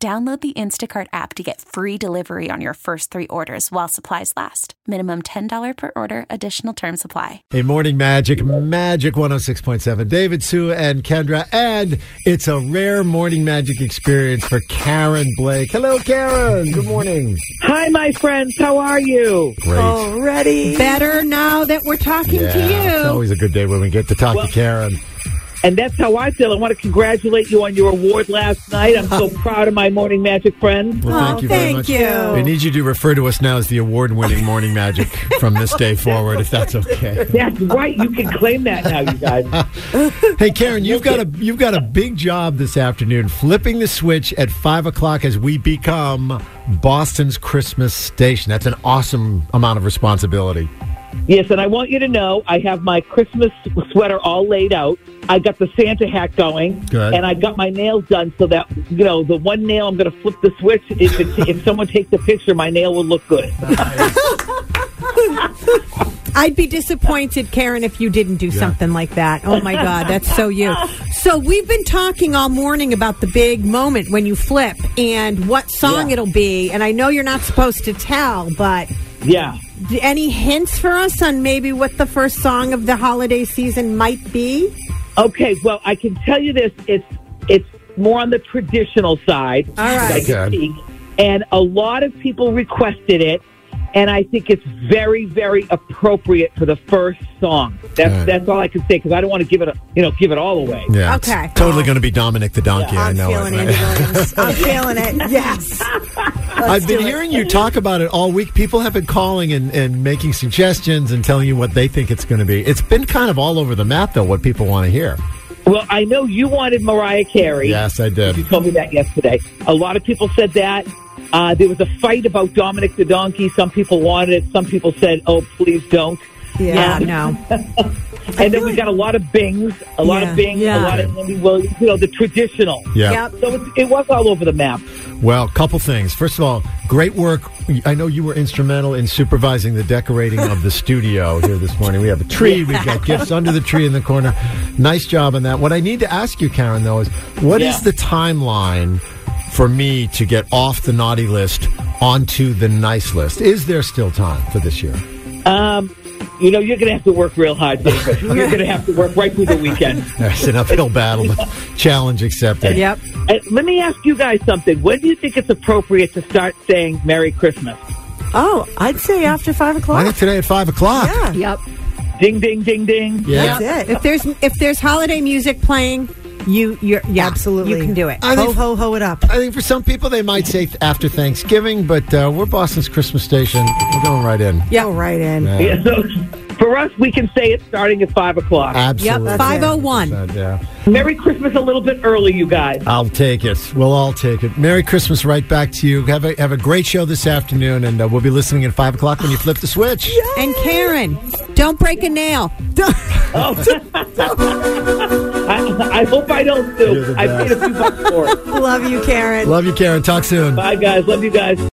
Download the Instacart app to get free delivery on your first three orders while supplies last. Minimum $10 per order, additional term supply. A morning magic, magic 106.7. David, Sue, and Kendra. And it's a rare morning magic experience for Karen Blake. Hello, Karen. Good morning. Hi, my friends. How are you? Great. Already. Better now that we're talking Yeah, It's to you. always a good day when we get to talk to Karen. And that's how I feel. I want to congratulate you on your award last night. I'm so proud of my morning magic friends. Well, thank Oh, you very thank much. you. We need you to refer to us now as the award winning morning magic from this day forward, if that's okay. That's right. You can claim that now, you guys. Hey Karen, you've got a you've got a big job this afternoon, flipping the switch at five o'clock as we become Boston's Christmas station. That's an awesome amount of responsibility. Yes, and I want you to know I have my Christmas sweater all laid out. I got the Santa hat going, Good. and I got my nails done so that you know the one nail I'm going to flip the switch. If it, if someone takes a picture, my nail will look good. I'd be disappointed, Karen, if you didn't do something like that. Oh my God, that's so you. So we've been talking all morning about the big moment when you flip and what song Yeah. it'll be. And I know you're not supposed to tell, but Yeah. d- any hints for us on maybe what the first song of the holiday season might be? Okay. Well, I can tell you this: it's it's more on the traditional side. All right. I can speak. And a lot of people requested it, and I think it's very, very appropriate for the first song. That's All right. that's all I can say because I don't want to give it, a, you know, give it all away. Yeah, it's Okay. totally going to be Dominic the Donkey. I I'm know feeling it. right? Andy Williams. I'm feeling it. Yes. I've been hearing you talk about it all week. People have been calling and, and making suggestions and telling you what they think it's going to be. It's been kind of all over the map though. What people want to hear. Well, I know you wanted Mariah Carey. Yes, I You did. told me that yesterday. A lot of people said that. Uh, there was a fight about Dominic the Donkey. Some people wanted it. Some people said, "Oh, please don't." Um, Yeah, no. And then we got a lot of Bings, a lot Yeah, of Bings, yeah. a lot of Andy Williams. You know, the traditional. Yeah. Yep. So it, it was all over the map. Well, couple things. First of all, great work. I know you were instrumental in supervising the decorating of the studio here this morning. We have a tree. We've got gifts under the tree in the corner. Nice job on that. What I need to ask you, Karen, though, is what is Yeah. the timeline for me to get off the naughty list onto the nice list? Is there still time for this year? Um, you know, you're going to have to work real hard, David. You're going to have to work right through the weekend. It's an uphill battle, but challenge accepted. Yep. Uh, let me ask you guys something. When do you think it's appropriate to start saying Merry Christmas? Oh, I'd say after five I o'clock. think today at 5 o'clock. Yeah. Ding, ding, ding, ding. Yeah. That's it. Uh, If there's if there's holiday music playing, you you're yeah, Absolutely. you can do it. I think- ho, ho, ho it up. I think for some people they might say after Thanksgiving, but uh, we're Boston's Christmas station. We're going right in. Yeah. Go right in. Yeah, so for us, we can say it's starting at 5 o'clock. Absolutely. Yep, 501. Yeah. Merry Christmas a little bit early, you guys. I'll take it. We'll all take it. Merry Christmas right back to you. Have a, have a great show this afternoon, and uh, we'll be listening at 5 o'clock when you flip the switch. And Karen, don't break a nail. I, I hope I don't, You're Sue. the I paid a few bucks for it. Love you, Karen. Love you, Karen. Talk soon. Bye, guys. Love you guys.